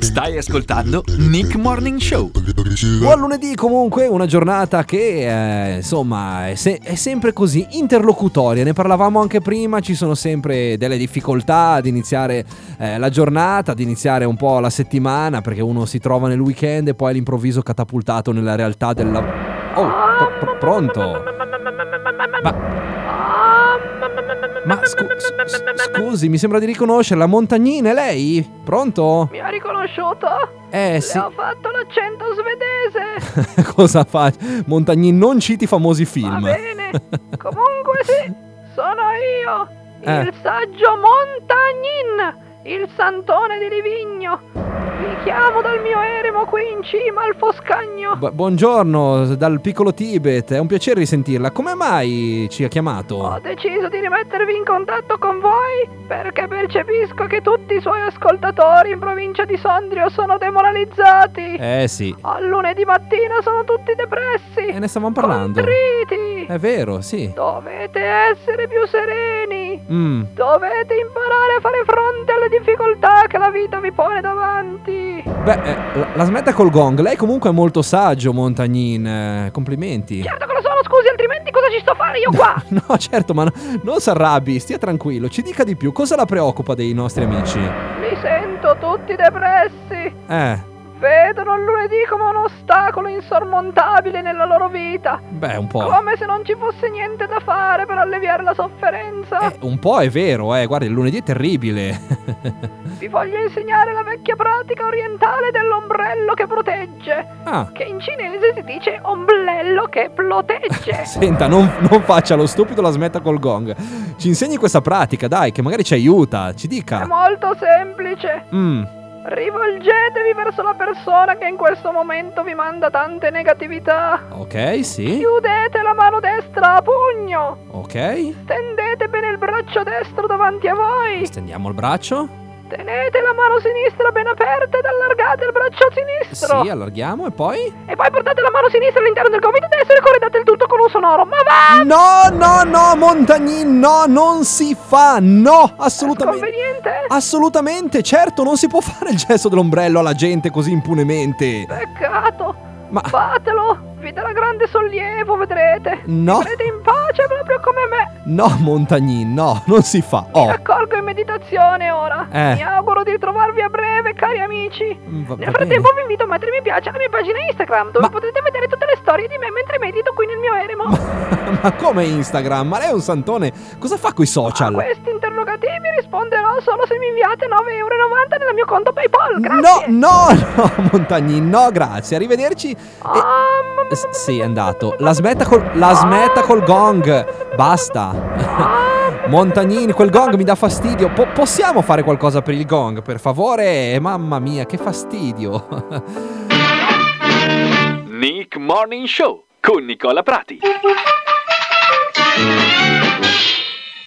Stai ascoltando Nick Morning Show. Buon lunedì comunque, una giornata che eh, insomma è, se- è sempre così interlocutoria, ne parlavamo anche prima, ci sono sempre delle difficoltà ad iniziare eh, la giornata, ad iniziare un po' la settimana perché uno si trova nel weekend e poi all'improvviso catapultato nella realtà della... Oh, pr- pr- pronto? Ma scu- s- s- scusi, mi sembra di riconoscerla, Montagnina, è lei? Pronto? Mi ha riconosciuto? Eh sì. Le ho fatto l'accento svedese. Cosa fa? Montagnin non citi famosi Va film. bene. Comunque sì, sono io, Eh. il saggio Montagnin, il santone di Livigno. Vi chiamo dal mio eremo qui in cima al Foscagno. Bu- buongiorno dal piccolo Tibet, è un piacere risentirla. Come mai ci ha Ho chiamato? deciso di rimettervi in contatto con voi perché percepisco che tutti i suoi ascoltatori in provincia di Sondrio sono demoralizzati. Eh sì, Al lunedì mattina sono tutti depressi. e ne stavamo Eh, parlando. Eh. Contriti. È vero, sì. Dovete essere più sereni. Mm, Dovete imparare a fare fronte alle difficoltà che la vita vi pone davanti. Beh, eh, la, la smetta col gong. Lei comunque è molto saggio, Montagnin. eh, complimenti. Certo che lo sono, scusi, altrimenti cosa ci sto a fare io qua? No, certo, ma no- non si arrabbi, stia tranquillo, ci dica di più. Cosa la preoccupa dei nostri amici? Li sento tutti depressi. Eh, Vedono il lunedì come un ostacolo insormontabile nella loro vita. beh, un po'. Come se non ci fosse niente da fare per alleviare la sofferenza. Eh, un po' è vero, eh. Guarda, il lunedì è terribile. Vi voglio insegnare la vecchia pratica orientale dell'ombrello che protegge. ah. Che in cinese si dice ombrello che protegge. Senta, non, non faccia lo stupido, la smetta col gong. Ci insegni questa pratica, dai, che magari ci aiuta, ci È dica. molto semplice. Mm, Rivolgetevi verso la persona che in questo momento vi manda tante negatività. ok, sì, Chiudete la mano destra a pugno. ok. Tendete bene il braccio destro davanti a voi. Stendiamo il braccio. Tenete la mano sinistra ben aperta ed allargate il braccio sinistro. Sì, allarghiamo e poi... E poi portate la mano sinistra all'interno del gomito destro e corredate il tutto con un sonoro. Ma va! No, no, no, Montagnin, no, non si fa, no, assolutamente. Ah. Conveniente? Assolutamente, certo, non si può fare il gesto dell'ombrello alla gente così impunemente. Peccato. Ma Fatelo, vi darà grande sollievo, vedrete. no, Sarete in pace proprio come me. no, Montagnin, no, non si fa. Oh, Accorgo in meditazione ora. Eh. Mi auguro di ritrovarvi a breve, cari amici. va- Nel va bene. frattempo vi invito a mettere mi piace alla mia pagina Instagram, dove Ma- potete vedere tutte le storie di me mentre medito qui nel mio eremo. Ma come Instagram? Ma lei è un santone. Cosa fa coi A social? Ah, questi interrogativi risponderò solo se mi inviate 9,90 euro nel mio conto PayPal. No, Grazie. no, no, Montagnin, no, grazie. Arrivederci. E- Am- eh, s- sì, è andato. La smetta col, la smetta col gong. Basta. am- Montagnin, quel gong mi dà fastidio. Po- possiamo fare qualcosa per il gong, per favore? Mamma mia, che fastidio. Nick Morning Show con Nicola Prati.